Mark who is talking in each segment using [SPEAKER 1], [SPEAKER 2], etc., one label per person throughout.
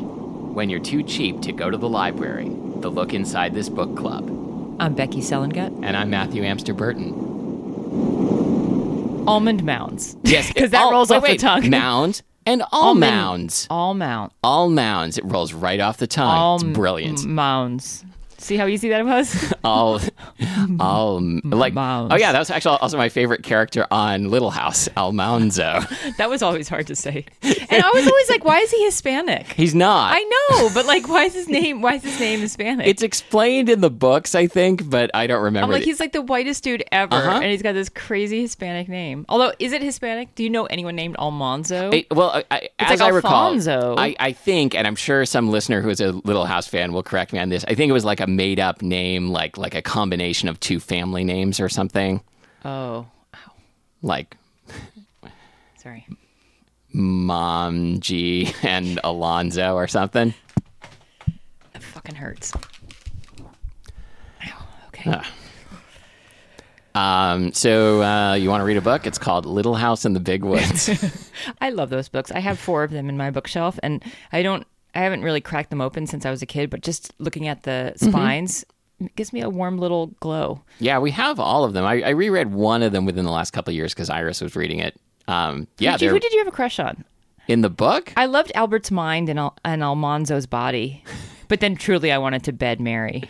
[SPEAKER 1] when you're too cheap to go to the library. The look inside this book club.
[SPEAKER 2] I'm Becky Selengut.
[SPEAKER 1] And I'm Matthew Amster Burton.
[SPEAKER 2] Almond mounds.
[SPEAKER 1] Yes,
[SPEAKER 2] because that
[SPEAKER 1] all-
[SPEAKER 2] rolls
[SPEAKER 1] wait,
[SPEAKER 2] off the
[SPEAKER 1] wait,
[SPEAKER 2] tongue.
[SPEAKER 1] Mound and all
[SPEAKER 2] Almond-
[SPEAKER 1] mounds.
[SPEAKER 2] All mount.
[SPEAKER 1] All mounds. It rolls right off the tongue.
[SPEAKER 2] All
[SPEAKER 1] Ah, it's
[SPEAKER 2] m-
[SPEAKER 1] brilliant.
[SPEAKER 2] m- mounds. See how easy that was?
[SPEAKER 1] all, all like.
[SPEAKER 2] Mounds.
[SPEAKER 1] Oh yeah, that was actually also my favorite character on Little House, Almanzo.
[SPEAKER 2] that was always hard to say. And I was always like, why is he Hispanic?
[SPEAKER 1] He's not.
[SPEAKER 2] I know, but like, why is his name? Why is his name Hispanic?
[SPEAKER 1] It's explained in the books, I think, but I don't remember.
[SPEAKER 2] I'm like,
[SPEAKER 1] it.
[SPEAKER 2] he's like the whitest dude ever,
[SPEAKER 1] Uh-huh.
[SPEAKER 2] and he's got this crazy Hispanic name. Although, is it Hispanic? Do you know anyone named Almanzo?
[SPEAKER 1] I- well, I, I, as
[SPEAKER 2] like
[SPEAKER 1] I recall,
[SPEAKER 2] Alfonso.
[SPEAKER 1] I, I think, and I'm sure some listener who is a Little House fan will correct me on this. I think it was like a made up name, like like a combination of two family names or something,
[SPEAKER 2] oh,
[SPEAKER 1] like
[SPEAKER 2] sorry.
[SPEAKER 1] Mom G and Alonzo or something.
[SPEAKER 2] That fucking hurts. Ow, okay.
[SPEAKER 1] Um, so uh, you want to read a book? It's called Little House in the Big Woods.
[SPEAKER 2] I love those books. I have four of them in my bookshelf, and I don't. I haven't really cracked them open since I was a kid, but just looking at the spines it gives me a warm little glow.
[SPEAKER 1] yeah, we have all of them. I, I reread one of them within the last couple of years because Iris was reading it. Um, yeah,
[SPEAKER 2] Did you-
[SPEAKER 1] they're
[SPEAKER 2] who did you have a crush on?
[SPEAKER 1] in the book.
[SPEAKER 2] I loved Albert's mind and Al- and Almanzo's body, but then truly I wanted to bed Mary.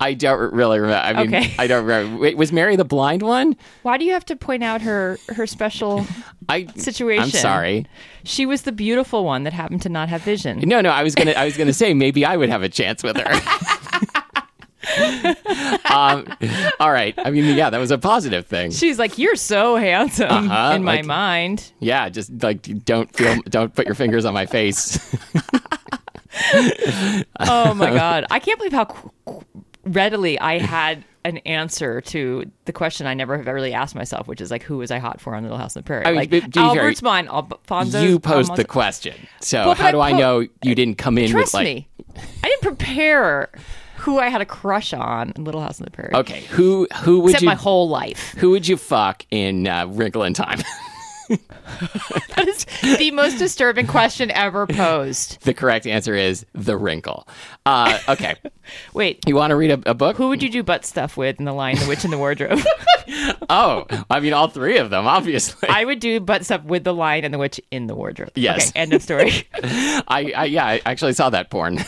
[SPEAKER 1] I don't really remember. I mean,
[SPEAKER 2] Okay.
[SPEAKER 1] I don't remember. Wait, was Mary the blind one?
[SPEAKER 2] Why do you have to point out her her special?
[SPEAKER 1] I
[SPEAKER 2] Situation.
[SPEAKER 1] I'm sorry.
[SPEAKER 2] She was the beautiful one that happened to not have vision.
[SPEAKER 1] No, no. I was gonna. I was gonna say maybe I would have a chance with her. um, all right. I mean, yeah, that was a positive thing.
[SPEAKER 2] She's like, you're so handsome
[SPEAKER 1] Uh-huh,
[SPEAKER 2] in my
[SPEAKER 1] like-
[SPEAKER 2] mind.
[SPEAKER 1] Yeah, just like don't feel. Don't put your fingers on my face.
[SPEAKER 2] Oh my god, I can't believe how qu- qu- readily I had an answer to the question I never have really asked myself, which is like, who was I hot for on Little House on the Prairie?
[SPEAKER 1] I mean,
[SPEAKER 2] like
[SPEAKER 1] but to be fair,
[SPEAKER 2] Albert's mine, Alfonso.
[SPEAKER 1] you posed the question. So
[SPEAKER 2] Well, but
[SPEAKER 1] how
[SPEAKER 2] I
[SPEAKER 1] do I
[SPEAKER 2] po-
[SPEAKER 1] know you didn't come in
[SPEAKER 2] Trust
[SPEAKER 1] with like?
[SPEAKER 2] me, I didn't prepare who I had a crush on in Little House on the Prairie.
[SPEAKER 1] Okay, who who would
[SPEAKER 2] Except
[SPEAKER 1] you
[SPEAKER 2] my whole life.
[SPEAKER 1] who would you fuck in uh, Wrinkle in Time?
[SPEAKER 2] That is the most disturbing question ever posed.
[SPEAKER 1] the correct answer is the Wrinkle. Uh, okay,
[SPEAKER 2] Wait,
[SPEAKER 1] you want to read a, a book?
[SPEAKER 2] who would you do butt stuff with in The Lion, the Witch, and the Wardrobe?
[SPEAKER 1] Oh, I mean, all three of them, obviously. I,
[SPEAKER 2] I would do butt stuff with The Lion and the Witch in the Wardrobe.
[SPEAKER 1] Yes.
[SPEAKER 2] Okay, end of story.
[SPEAKER 1] I, yeah, I actually saw that porn.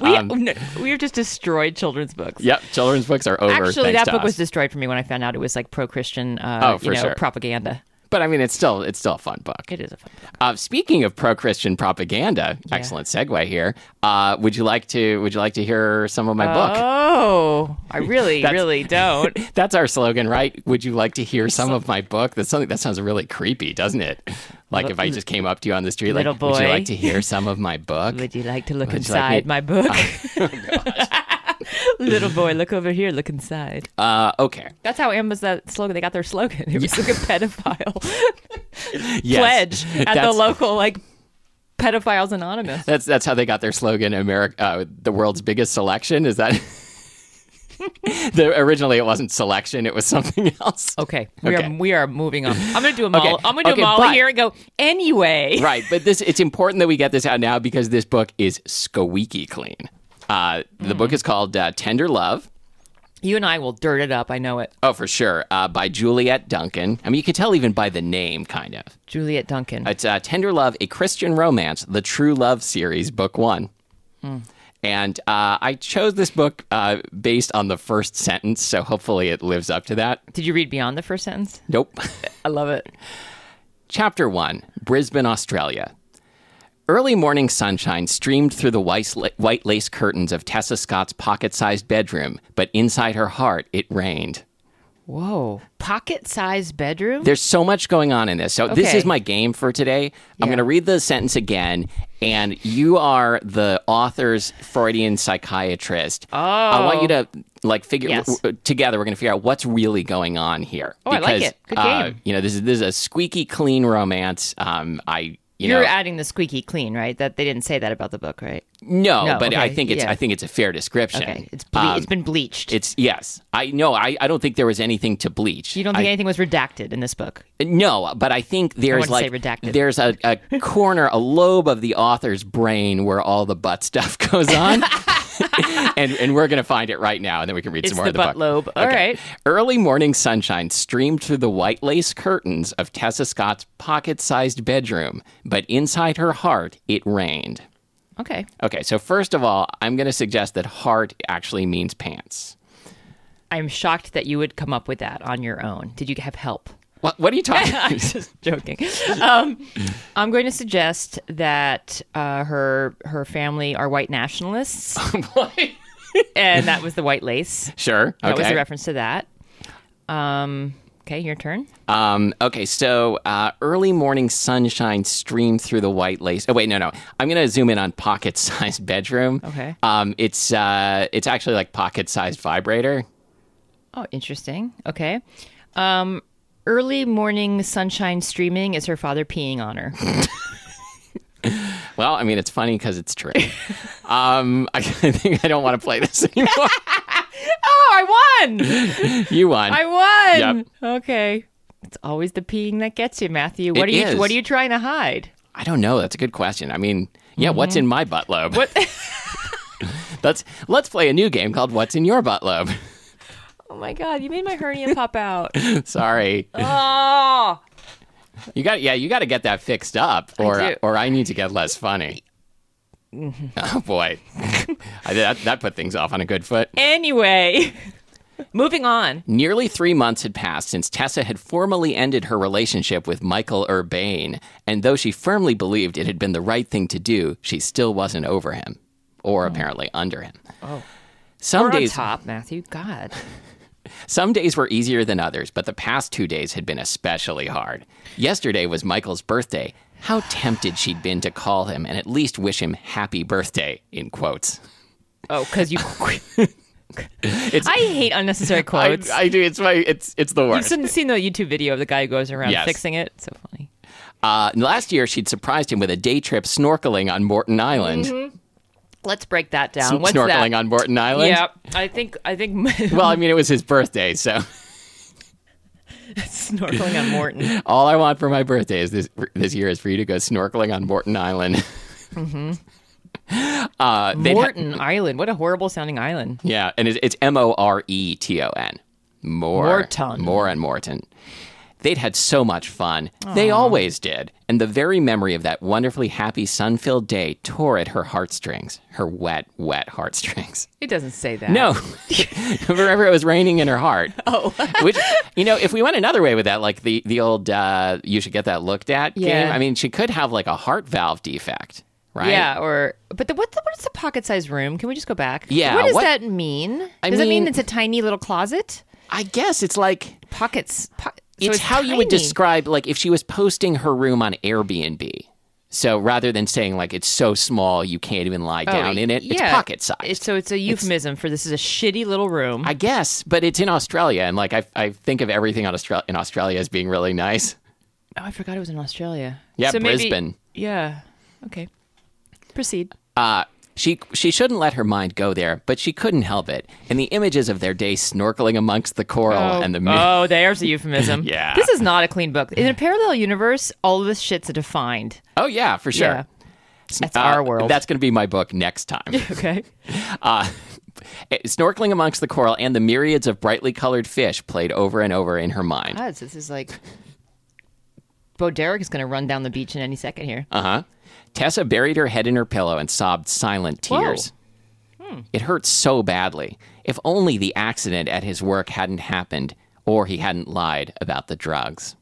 [SPEAKER 2] We,
[SPEAKER 1] Um,
[SPEAKER 2] no, we have just destroyed children's books.
[SPEAKER 1] yep, children's books are over.
[SPEAKER 2] Actually,
[SPEAKER 1] thanks
[SPEAKER 2] that
[SPEAKER 1] to
[SPEAKER 2] book
[SPEAKER 1] us.
[SPEAKER 2] was destroyed for me when I found out it was like pro-Christian, uh,
[SPEAKER 1] Oh,
[SPEAKER 2] you
[SPEAKER 1] for
[SPEAKER 2] know,
[SPEAKER 1] sure.
[SPEAKER 2] propaganda.
[SPEAKER 1] but I mean, it's still it's still a fun book.
[SPEAKER 2] It is a fun book.
[SPEAKER 1] Uh, speaking of pro Christian propaganda, excellent segue here. Uh, would you like to would you like to hear some of my book?
[SPEAKER 2] Oh, I really,
[SPEAKER 1] That's-
[SPEAKER 2] really don't.
[SPEAKER 1] That's our slogan, right? Would you like to hear some of my book? That's something that sounds really creepy, doesn't it? Like if I just came up to you on the street, like,
[SPEAKER 2] Little
[SPEAKER 1] would you
[SPEAKER 2] boy.
[SPEAKER 1] like to hear some of my book?
[SPEAKER 2] Would you like to look
[SPEAKER 1] Would you
[SPEAKER 2] inside
[SPEAKER 1] like me- Oh,
[SPEAKER 2] my book? Little boy, look over here. Look inside.
[SPEAKER 1] Uh, okay.
[SPEAKER 2] That's how Amazon slogan. They got their slogan. It was like a pedophile
[SPEAKER 1] Yes.
[SPEAKER 2] pledge at the
[SPEAKER 1] That's-
[SPEAKER 2] local like pedophiles anonymous.
[SPEAKER 1] That's that's how they got their slogan, America, uh, the world's biggest selection. Is that? the, originally, it wasn't selection; it was something else.
[SPEAKER 2] Okay, we
[SPEAKER 1] Okay.
[SPEAKER 2] are we are moving on. I'm gonna do a Molly.
[SPEAKER 1] Okay.
[SPEAKER 2] I'm gonna do
[SPEAKER 1] Okay,
[SPEAKER 2] a Molly
[SPEAKER 1] but-
[SPEAKER 2] here and go anyway.
[SPEAKER 1] Right, but this it's important that we get this out now because this book is squeaky clean. Uh, the book is called uh, Tender Love.
[SPEAKER 2] You and I will dirt it up. I know it.
[SPEAKER 1] Oh, for sure, uh, by Juliet Duncan. I mean, you could tell even by the name, kind of.
[SPEAKER 2] Juliet Duncan.
[SPEAKER 1] It's uh, Tender Love, a Christian romance, the True Love series, book one. And uh, I chose this book uh, based on the first sentence, so hopefully it lives up to that.
[SPEAKER 2] Did you read beyond the first sentence?
[SPEAKER 1] Nope.
[SPEAKER 2] I love it.
[SPEAKER 1] Chapter 1 Brisbane, Australia. Early morning sunshine streamed through the white la- white lace curtains of Tessa Scott's pocket sized bedroom, but inside her heart it rained.
[SPEAKER 2] Whoa. Pocket sized bedroom?
[SPEAKER 1] There's so much going on in this. So, this
[SPEAKER 2] Okay.
[SPEAKER 1] is my game for today. I'm
[SPEAKER 2] Yeah.
[SPEAKER 1] going to read the sentence again, and you are the author's Freudian psychiatrist. Oh. I want you to like figure
[SPEAKER 2] Yes.
[SPEAKER 1] w- w- together. We're going to figure out what's really going on here.
[SPEAKER 2] Oh, I like it. Good
[SPEAKER 1] uh,
[SPEAKER 2] game.
[SPEAKER 1] you know, this is this is a squeaky clean romance. Um, I You
[SPEAKER 2] You're
[SPEAKER 1] know,
[SPEAKER 2] adding the squeaky clean, right? That they didn't say that about the book, right?
[SPEAKER 1] no,
[SPEAKER 2] no,
[SPEAKER 1] but I
[SPEAKER 2] okay,
[SPEAKER 1] think it's
[SPEAKER 2] yeah.
[SPEAKER 1] I think it's a fair description.
[SPEAKER 2] Okay, it's ble-
[SPEAKER 1] Um,
[SPEAKER 2] it's been bleached.
[SPEAKER 1] it's yes. I no. I, I don't think there was anything to bleach.
[SPEAKER 2] you don't think
[SPEAKER 1] I-
[SPEAKER 2] anything was redacted in this book?
[SPEAKER 1] No, but I think there's
[SPEAKER 2] wanted
[SPEAKER 1] like
[SPEAKER 2] to say redacted.
[SPEAKER 1] there's a, a corner, a lobe of the author's brain where all the butt stuff goes on. and, and we're going to find it right now, and then we can read some
[SPEAKER 2] It's
[SPEAKER 1] more
[SPEAKER 2] the
[SPEAKER 1] of the
[SPEAKER 2] butt
[SPEAKER 1] book.
[SPEAKER 2] lobe. All right.
[SPEAKER 1] Early morning sunshine streamed through the white lace curtains of Tessa Scott's pocket sized bedroom, but inside her heart, it rained.
[SPEAKER 2] Okay,
[SPEAKER 1] Okay, so first of all, I'm going to suggest that heart actually means pants.
[SPEAKER 2] I'm shocked that you would come up with that on your own. Did you have help?
[SPEAKER 1] What, what are you talking
[SPEAKER 2] I'm just joking. Um, I'm going to suggest that uh, her her family are white nationalists,
[SPEAKER 1] about?
[SPEAKER 2] and that was the white lace.
[SPEAKER 1] sure. Okay.
[SPEAKER 2] That was a reference to that. Um, okay, your turn.
[SPEAKER 1] Um, okay, so uh, early morning sunshine streamed through the white lace. Oh wait, no, no. I'm gonna zoom in on pocket-sized bedroom.
[SPEAKER 2] Okay.
[SPEAKER 1] Um, it's uh, it's actually like pocket-sized vibrator.
[SPEAKER 2] Oh, interesting. Okay. Um, early morning sunshine streaming is her father peeing on her.
[SPEAKER 1] Well, I mean, it's funny because it's true. um, I, I think I don't want to play this anymore.
[SPEAKER 2] oh, I won!
[SPEAKER 1] you won.
[SPEAKER 2] I won.
[SPEAKER 1] Yep.
[SPEAKER 2] Okay. It's always the peeing that gets you, Matthew. What
[SPEAKER 1] It
[SPEAKER 2] are you
[SPEAKER 1] is.
[SPEAKER 2] what are you trying to hide?
[SPEAKER 1] I don't know. That's a good question. I mean, yeah, what's
[SPEAKER 2] Mm-hmm.
[SPEAKER 1] in my butt lobe? What? let's let's play a new game called What's in Your Butt Lobe.
[SPEAKER 2] Oh my god, you made my hernia pop out.
[SPEAKER 1] Sorry.
[SPEAKER 2] Oh.
[SPEAKER 1] You got yeah, you got to get that fixed up, or uh,
[SPEAKER 2] do.
[SPEAKER 1] or I need to get less funny. Oh boy, I, that that put things off on a good foot.
[SPEAKER 2] Anyway, moving on.
[SPEAKER 1] Nearly three months had passed since Tessa had formally ended her relationship with Michael Urbane, and though she firmly believed it had been the right thing to do, she still wasn't over him, or apparently under him. Oh. Some
[SPEAKER 2] We're on
[SPEAKER 1] days,
[SPEAKER 2] top, Matthew. God.
[SPEAKER 1] some days were easier than others, but the past two days had been especially hard. Yesterday was Michael's birthday. How tempted she'd been to call him and at least wish him happy birthday, in quotes.
[SPEAKER 2] Oh, because you. I hate unnecessary
[SPEAKER 1] I,
[SPEAKER 2] quotes.
[SPEAKER 1] I do. It's my. It's it's the
[SPEAKER 2] I've
[SPEAKER 1] worst.
[SPEAKER 2] seen, seen the YouTube video of the guy who goes around
[SPEAKER 1] Yes.
[SPEAKER 2] fixing it. It's so funny.
[SPEAKER 1] Uh, last year, she'd surprised him with a day trip snorkeling on Morton Island.
[SPEAKER 2] Let's break that down.
[SPEAKER 1] Sn-
[SPEAKER 2] What's
[SPEAKER 1] snorkeling
[SPEAKER 2] that?
[SPEAKER 1] on Morton Island.
[SPEAKER 2] Yeah, I think I think
[SPEAKER 1] Well, I mean, it was his birthday, so
[SPEAKER 2] snorkeling on Morton.
[SPEAKER 1] all I want for my birthday is this this year is for you to go snorkeling on Morton Island. Uh, they'd ha-
[SPEAKER 2] Morton Island. What a horrible sounding island.
[SPEAKER 1] Yeah, and it's, it's M O R E T O N. More
[SPEAKER 2] Morton.
[SPEAKER 1] More and Morton. They'd had so much fun. They always did. And the very memory of that wonderfully happy, sun filled day tore at her heartstrings, her wet, wet heartstrings.
[SPEAKER 2] It doesn't say that.
[SPEAKER 1] No, forever it was raining in her heart. Oh, which you know, if we went another way with that, like the the old uh, "you should get that looked at" game.
[SPEAKER 2] Yeah.
[SPEAKER 1] I mean, she could have like a heart valve defect, right?
[SPEAKER 2] Yeah, or but the, what the, what is the pocket sized room? Can we just go back?
[SPEAKER 1] Yeah,
[SPEAKER 2] What does
[SPEAKER 1] what-
[SPEAKER 2] that mean?
[SPEAKER 1] I
[SPEAKER 2] does it mean
[SPEAKER 1] mean-
[SPEAKER 2] it's a tiny little closet?
[SPEAKER 1] I guess it's like
[SPEAKER 2] Pockets. Po- so
[SPEAKER 1] it's, how you would
[SPEAKER 2] tiny.
[SPEAKER 1] describe like if she was posting her room on Airbnb. So rather than saying like it's so small you can't even lie
[SPEAKER 2] Oh,
[SPEAKER 1] down in it, it's
[SPEAKER 2] yeah.
[SPEAKER 1] pocket sized.
[SPEAKER 2] It's- So it's a euphemism for this is a shitty little room.
[SPEAKER 1] I guess, but it's in Australia, and like I, I think of everything on Austra- in Australia as being really nice.
[SPEAKER 2] oh, I forgot it was in Australia.
[SPEAKER 1] Yeah,
[SPEAKER 2] So maybe-
[SPEAKER 1] Brisbane.
[SPEAKER 2] Yeah. Okay. Proceed.
[SPEAKER 1] Uh, she she shouldn't let her mind go there, but she couldn't help it. And the images of their day snorkeling amongst the coral and the moon.
[SPEAKER 2] oh, there's a euphemism.
[SPEAKER 1] Yeah.
[SPEAKER 2] This is not a clean book. In a parallel universe, all of this shit's a defined.
[SPEAKER 1] oh yeah, for sure.
[SPEAKER 2] Yeah. That's
[SPEAKER 1] Uh,
[SPEAKER 2] our world.
[SPEAKER 1] That's going to be my book next time.
[SPEAKER 2] okay.
[SPEAKER 1] Uh, snorkeling amongst the coral and the myriads of brightly colored fish played over and over in her mind.
[SPEAKER 2] Guys, this is like. Bo Derek is going to run down the beach in any second here.
[SPEAKER 1] Uh huh. Tessa buried her head in her pillow and sobbed silent
[SPEAKER 2] Whoa.
[SPEAKER 1] tears. It hurt so badly. If only the accident at his work hadn't happened or he hadn't lied about the drugs.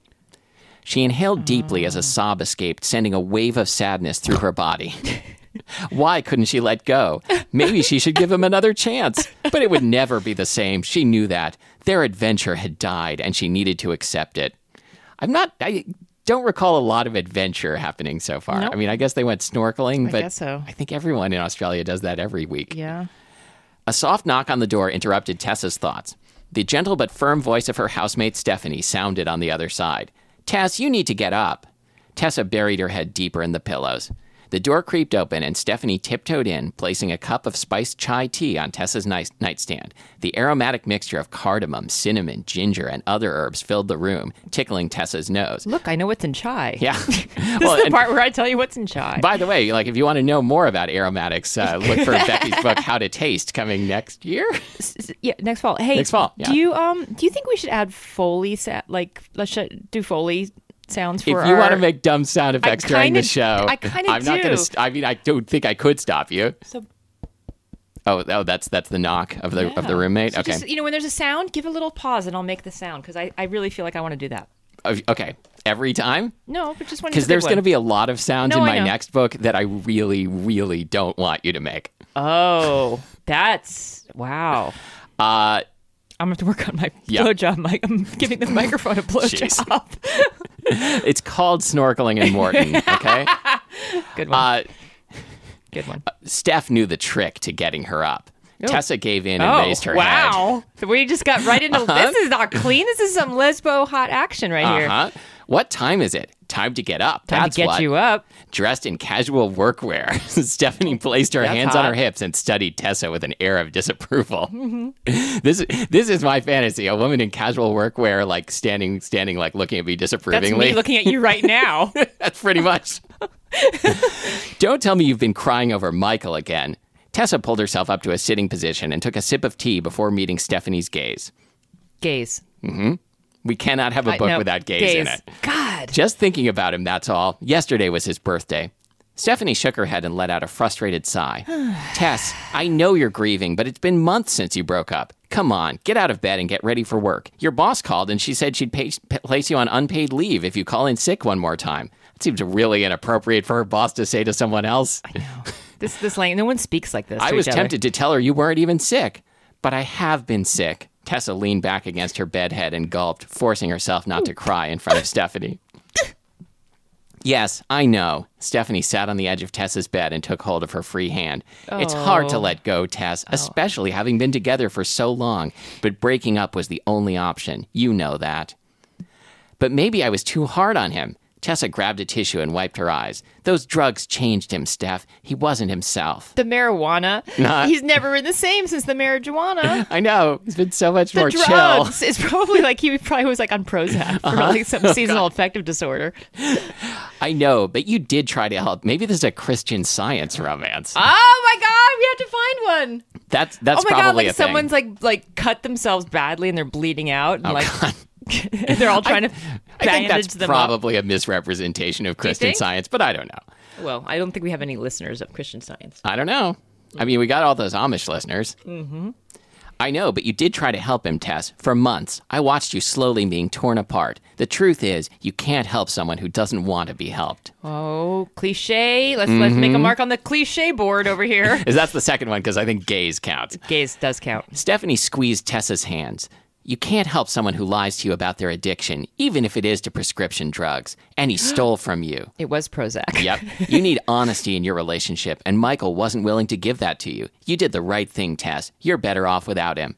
[SPEAKER 1] She inhaled deeply
[SPEAKER 2] Mm.
[SPEAKER 1] as a sob escaped, sending a wave of sadness through her body. Why couldn't she let go? Maybe she should give him another chance. But it would never be the same. She knew that. Their adventure had died and she needed to accept it. I'm not I don't recall a lot of adventure happening so far. I mean, I guess they went snorkeling, but
[SPEAKER 2] guess so.
[SPEAKER 1] I think everyone in Australia does that every week.
[SPEAKER 2] Yeah.
[SPEAKER 1] A soft knock on the door interrupted Tessa's thoughts. The gentle but firm voice of her housemate Stephanie sounded on the other side. Tess, you need to get up. Tessa buried her head deeper in the pillows. The door creaked open, and Stephanie tiptoed in, placing a cup of spiced chai tea on Tessa's nice nightstand. The aromatic mixture of cardamom, cinnamon, ginger, and other herbs filled the room, tickling Tessa's nose.
[SPEAKER 2] Look, I know what's in chai.
[SPEAKER 1] Yeah.
[SPEAKER 2] This
[SPEAKER 1] Well,
[SPEAKER 2] is the
[SPEAKER 1] and-
[SPEAKER 2] part where I tell you what's in chai.
[SPEAKER 1] by the way, like if you want to know more about aromatics, uh, look for Becky's book "How to Taste" coming next year.
[SPEAKER 2] S- s- yeah, next fall. Hey,
[SPEAKER 1] Next fall, yeah.
[SPEAKER 2] Do you um do you think we should add foley sa- like let's sh- do foley sounds
[SPEAKER 1] If
[SPEAKER 2] for
[SPEAKER 1] you
[SPEAKER 2] our-
[SPEAKER 1] want to make dumb sound effects during the
[SPEAKER 2] kinda-
[SPEAKER 1] show,
[SPEAKER 2] I kinda
[SPEAKER 1] I'm not gonna.
[SPEAKER 2] do.
[SPEAKER 1] St- I mean, I don't think I could stop you.
[SPEAKER 2] So-
[SPEAKER 1] Oh, oh, that's that's the knock of the of the
[SPEAKER 2] Yeah.
[SPEAKER 1] roommate.
[SPEAKER 2] So
[SPEAKER 1] okay,
[SPEAKER 2] just, you know when there's a sound, give a little pause and I'll make the sound because I, I really feel like I want to do that.
[SPEAKER 1] Oh, okay, every time.
[SPEAKER 2] No, but just when
[SPEAKER 1] Because there's going to be a lot of sounds
[SPEAKER 2] No,
[SPEAKER 1] in
[SPEAKER 2] I
[SPEAKER 1] my
[SPEAKER 2] know.
[SPEAKER 1] next book that I really, really don't want you to make.
[SPEAKER 2] oh that's wow.
[SPEAKER 1] Uh,
[SPEAKER 2] I'm gonna have to work on my
[SPEAKER 1] Yeah.
[SPEAKER 2] blowjob mic. I'm giving the microphone a blowjob.
[SPEAKER 1] it's called Snorkeling and Morton. Okay.
[SPEAKER 2] Good one.
[SPEAKER 1] uh,
[SPEAKER 2] Good one.
[SPEAKER 1] Steph knew the trick to getting her up. Tessa gave in and
[SPEAKER 2] Oh,
[SPEAKER 1] raised her head.
[SPEAKER 2] wow. We just got right into this is not clean. This is some lesbo hot action right here.
[SPEAKER 1] Uh-huh. What time is it? Time to get up.
[SPEAKER 2] Time
[SPEAKER 1] That's
[SPEAKER 2] to get
[SPEAKER 1] what.
[SPEAKER 2] you up.
[SPEAKER 1] Dressed in casual workwear, Stephanie placed her
[SPEAKER 2] That's
[SPEAKER 1] hands on
[SPEAKER 2] hot.
[SPEAKER 1] her hips and studied Tessa with an air of disapproval.
[SPEAKER 2] Mm-hmm.
[SPEAKER 1] this this is my fantasy: a woman in casual workwear, like standing standing, like looking at me
[SPEAKER 2] That's
[SPEAKER 1] disapprovingly.
[SPEAKER 2] me looking at you right now.
[SPEAKER 1] That's pretty much. Don't tell me you've been crying over Michael again. Tessa pulled herself up to a sitting position and took a sip of tea before meeting Stephanie's gaze.
[SPEAKER 2] Gaze.
[SPEAKER 1] We cannot have a book
[SPEAKER 2] No,
[SPEAKER 1] without gaze, in it.
[SPEAKER 2] God.
[SPEAKER 1] Just thinking about him, that's all. Yesterday was his birthday. Stephanie shook her head and let out a frustrated sigh. Tess, I know you're grieving, but it's been months since you broke up. Come on, get out of bed and get ready for work. Your boss called and she said she'd pay, p- place you on unpaid leave if you call in sick one more time. It seems really inappropriate for her boss to say to someone else.
[SPEAKER 2] This this language. No one speaks like this.
[SPEAKER 1] I
[SPEAKER 2] to
[SPEAKER 1] was
[SPEAKER 2] each other.
[SPEAKER 1] tempted to tell her you weren't even sick, but I have been sick. Tessa leaned back against her bed head and gulped, forcing herself not to cry in front of Stephanie. Yes, I know. Stephanie sat on the edge of Tessa's bed and took hold of her free hand. It's hard
[SPEAKER 2] Oh.
[SPEAKER 1] to let go, Tess, especially having been together for so long, but breaking up was the only option. You know that. But maybe I was too hard on him. Tessa grabbed a tissue and wiped her eyes. Those drugs changed him, Steph. He wasn't himself.
[SPEAKER 2] The marijuana. He's never been the same since the marijuana.
[SPEAKER 1] I know. It's been so much more chill. Uh-huh. Oh,
[SPEAKER 2] drugs. It's probably like he probably was like on Prozac for like some seasonal affective disorder.
[SPEAKER 1] I know, but you did try to help. Maybe this is a Christian science romance.
[SPEAKER 2] Oh my God, we have to find one.
[SPEAKER 1] that's that's
[SPEAKER 2] Oh my god,
[SPEAKER 1] probably
[SPEAKER 2] like
[SPEAKER 1] a thing.
[SPEAKER 2] someone's like like cut themselves badly and they're bleeding out and like they're all trying to
[SPEAKER 1] Oh, I think
[SPEAKER 2] bandage
[SPEAKER 1] that's
[SPEAKER 2] them up.
[SPEAKER 1] probably a misrepresentation of Christian
[SPEAKER 2] think?
[SPEAKER 1] science, but I don't know.
[SPEAKER 2] Well, I don't think we have any listeners of Christian Science.
[SPEAKER 1] I don't know. I mean, we got all those Amish listeners. Mm-hmm. I know, but you did try to help him, Tess. For months, I watched you slowly being torn apart. The truth is, you can't help someone who doesn't want to be helped.
[SPEAKER 2] Oh, cliche. Let's let's
[SPEAKER 1] Mm-hmm.
[SPEAKER 2] make a mark on the cliche board over here.
[SPEAKER 1] Is that's the second one because I think gays counts.
[SPEAKER 2] Gaze does count.
[SPEAKER 1] Stephanie squeezed Tessa's hands. You can't help someone who lies to you about their addiction, even if it is to prescription drugs, and he stole from you.
[SPEAKER 2] It was Prozac.
[SPEAKER 1] Yep. You need honesty in your relationship, and Michael wasn't willing to give that to you. You did the right thing, Tess. You're better off without him.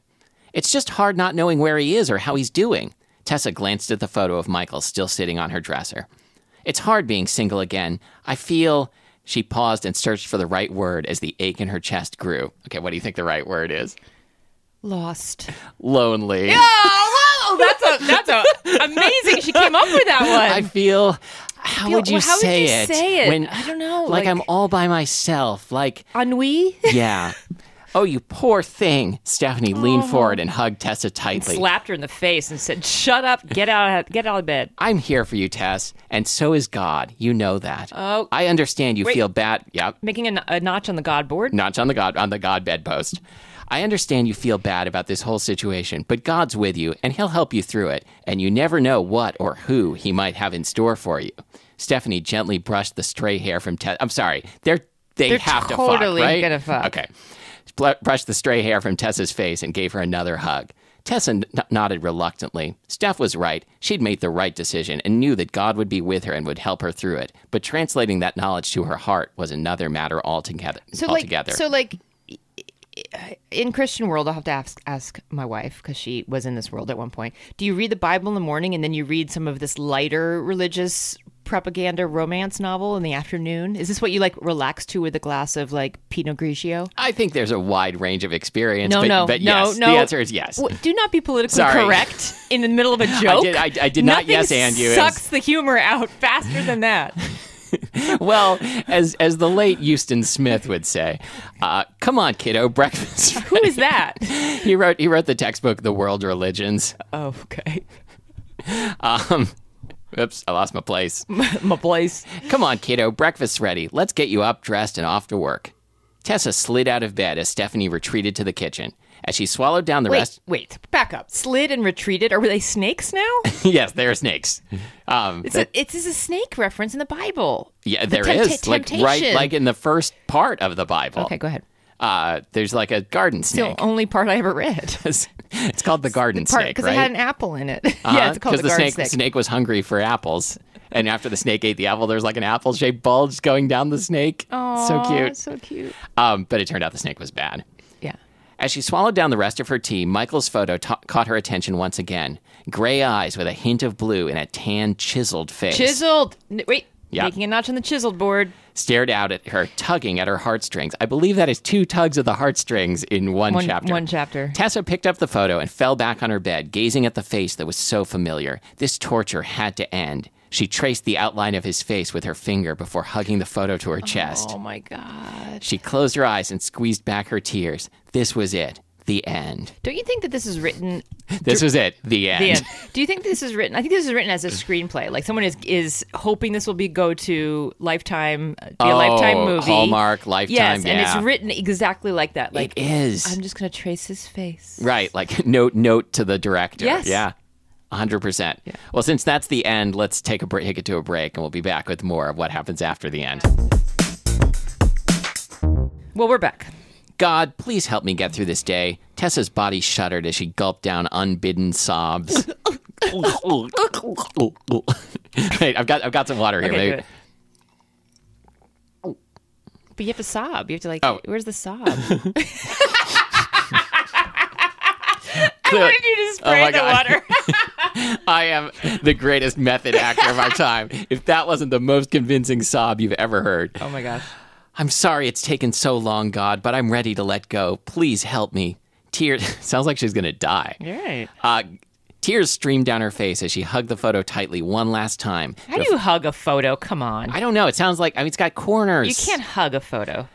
[SPEAKER 1] It's just hard not knowing where he is or how he's doing. Tessa glanced at the photo of Michael still sitting on her dresser. It's hard being single again. I feel. She paused and searched for the right word as the ache in her chest grew. Okay, what do you think the right word is?
[SPEAKER 2] Lost.
[SPEAKER 1] Lonely.
[SPEAKER 2] Oh, wow. That's a that's a amazing. She came up with that
[SPEAKER 1] I
[SPEAKER 2] one.
[SPEAKER 1] feel. How
[SPEAKER 2] feel-
[SPEAKER 1] would you,
[SPEAKER 2] well, how would
[SPEAKER 1] say,
[SPEAKER 2] you
[SPEAKER 1] it
[SPEAKER 2] say it?
[SPEAKER 1] When
[SPEAKER 2] I don't know,
[SPEAKER 1] Like,
[SPEAKER 2] like-
[SPEAKER 1] I'm all by myself. Like
[SPEAKER 2] Ennui.
[SPEAKER 1] yeah. oh, you poor thing. Stephanie leaned
[SPEAKER 2] Oh.
[SPEAKER 1] forward and hugged Tessa tightly.
[SPEAKER 2] Slapped her in the face and said, "Shut up. Get out. Get out of bed."
[SPEAKER 1] I'm here for you, Tess, and so is God. You know that.
[SPEAKER 2] Oh.
[SPEAKER 1] I understand you
[SPEAKER 2] Wait.
[SPEAKER 1] feel bad. Yep.
[SPEAKER 2] Making a, a notch on the God board.
[SPEAKER 1] Notch on the God on the God bedpost. I understand you feel bad about this whole situation, but God's with you and he'll help you through it, and you never know what or who he might have in store for you. Stephanie gently brushed the stray hair from Tess. I'm sorry. They're they
[SPEAKER 2] They're
[SPEAKER 1] have to fuck,
[SPEAKER 2] totally
[SPEAKER 1] right?
[SPEAKER 2] gonna fuck.
[SPEAKER 1] Okay. Bl- brushed the stray hair from Tessa's face and gave her another hug. Tessa n- nodded reluctantly. Steph was right. She'd made the right decision and knew that God would be with her and would help her through it. But translating that knowledge to her heart was another matter altogether.
[SPEAKER 2] so like
[SPEAKER 1] altogether.
[SPEAKER 2] so like in christian world i'll have to ask ask my wife because she was in this world at one point do you read the bible in the morning and then you read some of this lighter religious propaganda romance novel in the afternoon? Is this what you like relax to with a glass of like Pinot Grigio?
[SPEAKER 1] I think there's a wide range of experience.
[SPEAKER 2] No,
[SPEAKER 1] but,
[SPEAKER 2] no,
[SPEAKER 1] but
[SPEAKER 2] no,
[SPEAKER 1] yes,
[SPEAKER 2] no.
[SPEAKER 1] The answer is yes.
[SPEAKER 2] W- Do not be politically
[SPEAKER 1] Sorry.
[SPEAKER 2] correct in the middle of a joke.
[SPEAKER 1] did- I- I did not
[SPEAKER 2] Nothing
[SPEAKER 1] yes and you. It
[SPEAKER 2] Sucks
[SPEAKER 1] was-
[SPEAKER 2] the humor out faster than that.
[SPEAKER 1] Well, as as the late Euston Smith would say, uh, "Come on, kiddo, breakfast."
[SPEAKER 2] Who is that?
[SPEAKER 1] he wrote he wrote the textbook "The World Religions."
[SPEAKER 2] Oh, okay.
[SPEAKER 1] Um, oops, I lost my place.
[SPEAKER 2] My place.
[SPEAKER 1] Come on, kiddo, breakfast's ready. Let's get you up, dressed, and off to work. Tessa slid out of bed as Stephanie retreated to the kitchen. As she swallowed down the
[SPEAKER 2] Wait,
[SPEAKER 1] rest,
[SPEAKER 2] wait. Back up. Slid and retreated. Are they snakes now?
[SPEAKER 1] yes, there are snakes. Um,
[SPEAKER 2] It's a, it's, it's a snake reference in the Bible.
[SPEAKER 1] yeah,
[SPEAKER 2] The
[SPEAKER 1] there
[SPEAKER 2] tempt-
[SPEAKER 1] is like right,
[SPEAKER 2] temptation.
[SPEAKER 1] like in the first part of the Bible.
[SPEAKER 2] Okay, go ahead.
[SPEAKER 1] Uh, there's like a garden
[SPEAKER 2] The
[SPEAKER 1] snake.
[SPEAKER 2] only part I ever read.
[SPEAKER 1] It's, it's called the garden
[SPEAKER 2] Part
[SPEAKER 1] snake,
[SPEAKER 2] because
[SPEAKER 1] right?
[SPEAKER 2] it had an apple in it. yeah,
[SPEAKER 1] Uh-huh,
[SPEAKER 2] it's called the, garden
[SPEAKER 1] snake,
[SPEAKER 2] snake.
[SPEAKER 1] snake was hungry for apples. And after the snake ate the apple, there's like an apple shaped bulge going down the snake. so
[SPEAKER 2] Aw,
[SPEAKER 1] cute.
[SPEAKER 2] So cute.
[SPEAKER 1] Um, but it turned out the snake was bad.
[SPEAKER 2] Yeah.
[SPEAKER 1] As she swallowed down the rest of her tea, Michael's photo ta caught her attention once again. Gray eyes with a hint of blue and a tan, chiseled face
[SPEAKER 2] Chiseled. N- Wait.
[SPEAKER 1] Yeah.
[SPEAKER 2] Making a notch on the chiseled board.
[SPEAKER 1] stared out at her, tugging at her heartstrings. I believe that is two tugs of the heartstrings in one,
[SPEAKER 2] One
[SPEAKER 1] chapter.
[SPEAKER 2] One chapter.
[SPEAKER 1] Tessa picked up the photo and fell back on her bed, gazing at the face that was so familiar. This torture had to end. She traced the outline of his face with her finger before hugging the photo to her chest.
[SPEAKER 2] Oh my god.
[SPEAKER 1] She closed her eyes and squeezed back her tears. This was it. The end.
[SPEAKER 2] Don't you think that this is written?
[SPEAKER 1] This was it. The end.
[SPEAKER 2] The end. Do you think this is written? I think this is written as a screenplay. Like someone is is hoping this will be go to lifetime, be a lifetime
[SPEAKER 1] Oh,
[SPEAKER 2] movie.
[SPEAKER 1] Hallmark, Lifetime,
[SPEAKER 2] Yes, and
[SPEAKER 1] yeah.
[SPEAKER 2] it's written exactly like that. Like
[SPEAKER 1] It is.
[SPEAKER 2] I'm just gonna trace his face.
[SPEAKER 1] Right, like note note to the director.
[SPEAKER 2] Yes.
[SPEAKER 1] Yeah. 100%. Well, since that's the end, let's take a break, take it to a break and we'll be back with more of what happens after the end.
[SPEAKER 2] Well, we're back.
[SPEAKER 1] God, please help me get through this day. Tessa's body shuddered as she gulped down unbidden sobs. Wait, I've got I've got some water here.
[SPEAKER 2] Okay,
[SPEAKER 1] Maybe-
[SPEAKER 2] do it. But you have to sob. You have to like.
[SPEAKER 1] Oh.
[SPEAKER 2] Where's the sob? Why
[SPEAKER 1] Clearly-
[SPEAKER 2] did you just
[SPEAKER 1] Oh
[SPEAKER 2] spray
[SPEAKER 1] my
[SPEAKER 2] the
[SPEAKER 1] God.
[SPEAKER 2] water?
[SPEAKER 1] I am the greatest method actor of our time. If that wasn't the most convincing sob you've ever heard.
[SPEAKER 2] oh my gosh.
[SPEAKER 1] I'm sorry it's taken so long, God, but I'm ready to let go. Please help me. Tears sounds like she's gonna die.
[SPEAKER 2] All right.
[SPEAKER 1] Uh, tears streamed down her face as she hugged the photo tightly one last time.
[SPEAKER 2] How do you hug a photo? Come on.
[SPEAKER 1] I don't know. It sounds like I mean it's got corners.
[SPEAKER 2] You can't hug a photo.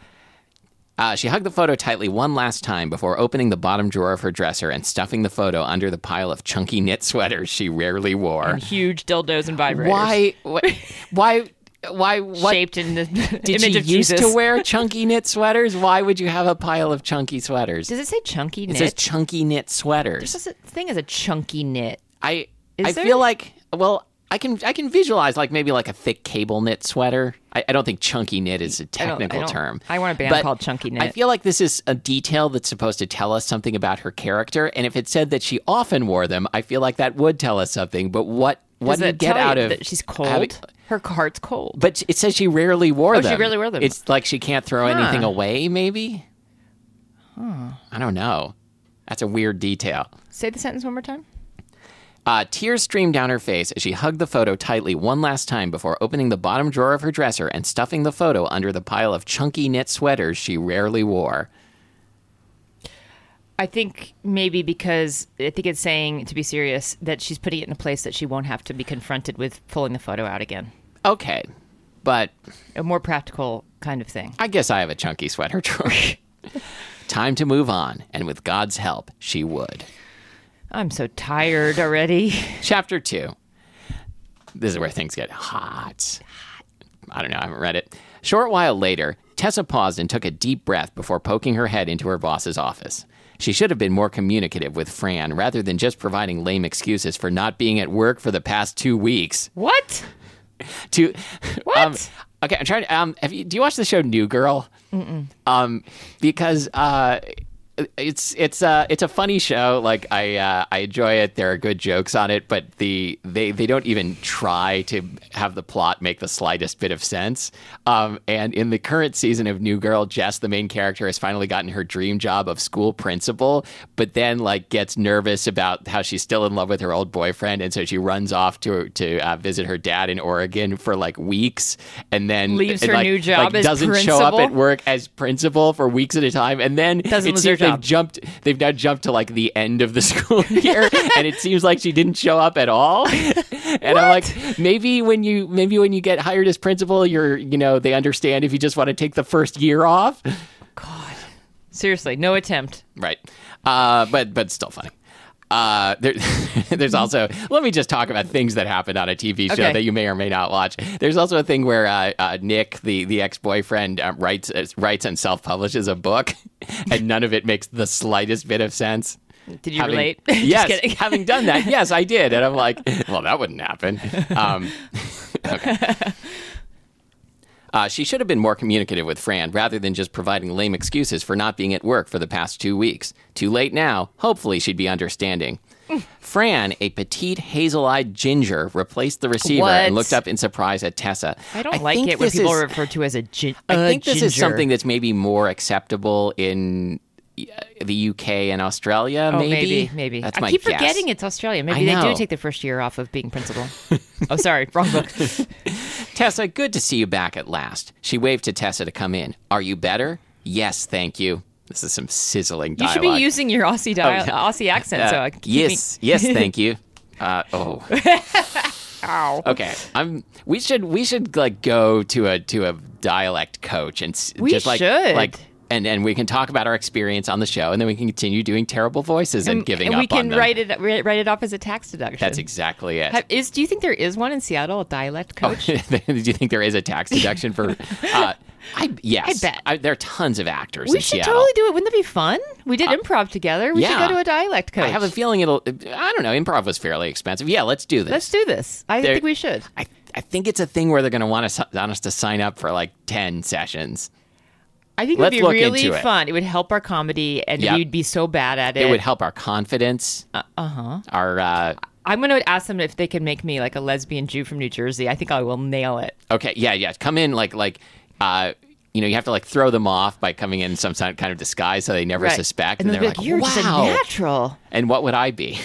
[SPEAKER 1] Uh, she hugged the photo tightly one last time before opening the bottom drawer of her dresser and stuffing the photo under the pile of chunky knit sweaters she rarely wore.
[SPEAKER 2] Huge dildos and vibrators.
[SPEAKER 1] Why? What, why? Why? What?
[SPEAKER 2] Shaped in the
[SPEAKER 1] did
[SPEAKER 2] image
[SPEAKER 1] she
[SPEAKER 2] of
[SPEAKER 1] used
[SPEAKER 2] Jesus.
[SPEAKER 1] to wear chunky knit sweaters? Why would you have a pile of chunky sweaters?
[SPEAKER 2] Does it say chunky
[SPEAKER 1] It
[SPEAKER 2] knit?
[SPEAKER 1] says chunky knit sweaters.
[SPEAKER 2] There's such a thing as a chunky knit.
[SPEAKER 1] I
[SPEAKER 2] Is
[SPEAKER 1] I
[SPEAKER 2] there?
[SPEAKER 1] feel like well I can I can visualize like maybe like a thick cable knit sweater. I, I don't think chunky knit is a
[SPEAKER 2] don't- I
[SPEAKER 1] technical
[SPEAKER 2] don't-
[SPEAKER 1] term.
[SPEAKER 2] I want a band
[SPEAKER 1] But
[SPEAKER 2] called Chunky
[SPEAKER 1] I
[SPEAKER 2] Knit.
[SPEAKER 1] feel like this is a detail that's supposed to tell us something about her character. And if it said that she often wore them, I feel like that would tell us something. But what what
[SPEAKER 2] Does
[SPEAKER 1] do you
[SPEAKER 2] it
[SPEAKER 1] get
[SPEAKER 2] tell
[SPEAKER 1] out of
[SPEAKER 2] that she's cold?
[SPEAKER 1] having-
[SPEAKER 2] Her heart's cold.
[SPEAKER 1] but it says she rarely wore
[SPEAKER 2] she
[SPEAKER 1] them.
[SPEAKER 2] rarely wore them.
[SPEAKER 1] It's like she can't throw
[SPEAKER 2] Huh.
[SPEAKER 1] anything away. Maybe. I don't know. That's a weird detail.
[SPEAKER 2] Say the sentence one more time.
[SPEAKER 1] Uh, tears streamed down her face as she hugged the photo tightly one last time before opening the bottom drawer of her dresser and stuffing the photo under the pile of chunky knit sweaters she rarely wore.
[SPEAKER 2] I think maybe because I think it's saying to be serious that she's putting it in a place that she won't have to be confronted with pulling the photo out again.
[SPEAKER 1] Okay, but
[SPEAKER 2] A more practical kind of thing.
[SPEAKER 1] I guess I have a chunky sweater drawer. Time to move on, and with God's help, she would.
[SPEAKER 2] I'm so tired already.
[SPEAKER 1] Chapter 2. This is where things get hot. I don't know, I haven't read it. Short while later, Tessa paused and took a deep breath before poking her head into her boss's office. She should have been more communicative with Fran rather than just providing lame excuses for not being at work for the past two weeks.
[SPEAKER 2] What?
[SPEAKER 1] Two,
[SPEAKER 2] What?
[SPEAKER 1] Um, okay, I'm trying to. Um, have you, do you watch the show New Girl? Um, because uh, it's it's uh it's a funny show. Like I uh, I enjoy it. There are good jokes on it, but the they they don't even try to have the plot make the slightest bit of sense. Um, and in the current season of New Girl, Jess, the main character, has finally gotten her dream job of school principal, but then like gets nervous about how she's still in love with her old boyfriend, and so she runs off to to uh, visit her dad in Oregon for like weeks, and then
[SPEAKER 2] Leaves
[SPEAKER 1] and,
[SPEAKER 2] her
[SPEAKER 1] like-
[SPEAKER 2] new job
[SPEAKER 1] like,
[SPEAKER 2] as
[SPEAKER 1] doesn't show up
[SPEAKER 2] principal?
[SPEAKER 1] at work as principal for weeks at a time, and then
[SPEAKER 2] Doesn't
[SPEAKER 1] it
[SPEAKER 2] lose her
[SPEAKER 1] seems they've
[SPEAKER 2] job.
[SPEAKER 1] jumped. They've now jumped to like the end of the school year, and it seems like she didn't show up at all. And I'm like, maybe when you maybe when you get hired as principal, you're you know they understand if you just want to take the first year off,
[SPEAKER 2] God. Seriously, no attempt.
[SPEAKER 1] right? Uh, but but still funny. Uh, there, there's also let me just talk about things that happened on a TV show
[SPEAKER 2] Okay.
[SPEAKER 1] that you may or may not watch. There's also a thing where uh, uh, Nick, the the ex boyfriend, uh, writes uh, writes and self publishes a book, and none of it makes the slightest bit of sense.
[SPEAKER 2] Did you
[SPEAKER 1] having-
[SPEAKER 2] relate?
[SPEAKER 1] yes,
[SPEAKER 2] Just kidding.
[SPEAKER 1] having done that, yes, I did, and I'm like, well, that wouldn't happen. Um, okay. Uh, she should have been more communicative with Fran rather than just providing lame excuses for not being at work for the past two weeks. Too late now. Hopefully, she'd be understanding. Fran, a petite, hazel eyed ginger, replaced the receiver and
[SPEAKER 2] What?
[SPEAKER 1] looked up in surprise at Tessa.
[SPEAKER 2] I don't like it when
[SPEAKER 1] this
[SPEAKER 2] people
[SPEAKER 1] is-
[SPEAKER 2] are referred to as a gin.
[SPEAKER 1] I
[SPEAKER 2] a
[SPEAKER 1] think this is
[SPEAKER 2] ginger.
[SPEAKER 1] something that's maybe more acceptable in uh, the UK and Australia.
[SPEAKER 2] Oh,
[SPEAKER 1] maybe,
[SPEAKER 2] maybe, maybe.
[SPEAKER 1] That's
[SPEAKER 2] I
[SPEAKER 1] my
[SPEAKER 2] keep
[SPEAKER 1] guess.
[SPEAKER 2] forgetting it's Australia.
[SPEAKER 1] I
[SPEAKER 2] Maybe they
[SPEAKER 1] know.
[SPEAKER 2] do take the first year off of being principal. oh, sorry, wrong book.
[SPEAKER 1] Tessa, good to see you back at last. She waved to Tessa to come in. Are you better? Yes, thank you. This is some sizzling
[SPEAKER 2] You
[SPEAKER 1] dialogue. Oh,
[SPEAKER 2] should be using your Aussie dial- Aussie accent.
[SPEAKER 1] Uh,
[SPEAKER 2] so I keep
[SPEAKER 1] yes,
[SPEAKER 2] me-
[SPEAKER 1] yes, thank you. Uh, oh,
[SPEAKER 2] Ow.
[SPEAKER 1] okay. I'm. We should we should like go to a to a dialect coach and s-
[SPEAKER 2] We
[SPEAKER 1] just like
[SPEAKER 2] should.
[SPEAKER 1] like and and we can talk about our experience on the show and then we can continue doing terrible voices and, giving
[SPEAKER 2] and
[SPEAKER 1] up
[SPEAKER 2] we
[SPEAKER 1] on
[SPEAKER 2] can
[SPEAKER 1] them.
[SPEAKER 2] write it write write it off as a tax deduction.
[SPEAKER 1] That's exactly it.
[SPEAKER 2] Ha- Is do you think there is one in Seattle a dialect coach?
[SPEAKER 1] Do you think there is a tax deduction for? Uh, I yes.
[SPEAKER 2] I bet.
[SPEAKER 1] there are tons of actors.
[SPEAKER 2] we
[SPEAKER 1] in
[SPEAKER 2] should
[SPEAKER 1] Seattle. Uh,
[SPEAKER 2] totally do it. Wouldn't that be fun? We did improv together. We
[SPEAKER 1] yeah.
[SPEAKER 2] should go to a dialect coach.
[SPEAKER 1] I have a feeling it'll. I don't know. Improv was fairly expensive. Yeah, let's do this.
[SPEAKER 2] Let's do this. I
[SPEAKER 1] There-
[SPEAKER 2] think we should.
[SPEAKER 1] I, I think it's a thing where they're going to want us want us to sign up for like ten sessions.
[SPEAKER 2] I think it
[SPEAKER 1] Let's
[SPEAKER 2] would be
[SPEAKER 1] look
[SPEAKER 2] really
[SPEAKER 1] into it.
[SPEAKER 2] fun. It would help our comedy, and
[SPEAKER 1] Yep.
[SPEAKER 2] we'd be so bad at it.
[SPEAKER 1] It would help our confidence. Uh
[SPEAKER 2] uh-huh.
[SPEAKER 1] huh. Our uh,
[SPEAKER 2] I'm going to ask them if they can make me like a lesbian Jew from New Jersey. I think I will nail it.
[SPEAKER 1] okay. Yeah, yeah. Come in like like. Uh, you know, you have to like throw them off by coming in some kind of disguise so they never suspect,
[SPEAKER 2] And,
[SPEAKER 1] and,
[SPEAKER 2] they'll
[SPEAKER 1] they're
[SPEAKER 2] be
[SPEAKER 1] like,
[SPEAKER 2] "You're just a
[SPEAKER 1] "Wow!"
[SPEAKER 2] natural
[SPEAKER 1] And what would I be?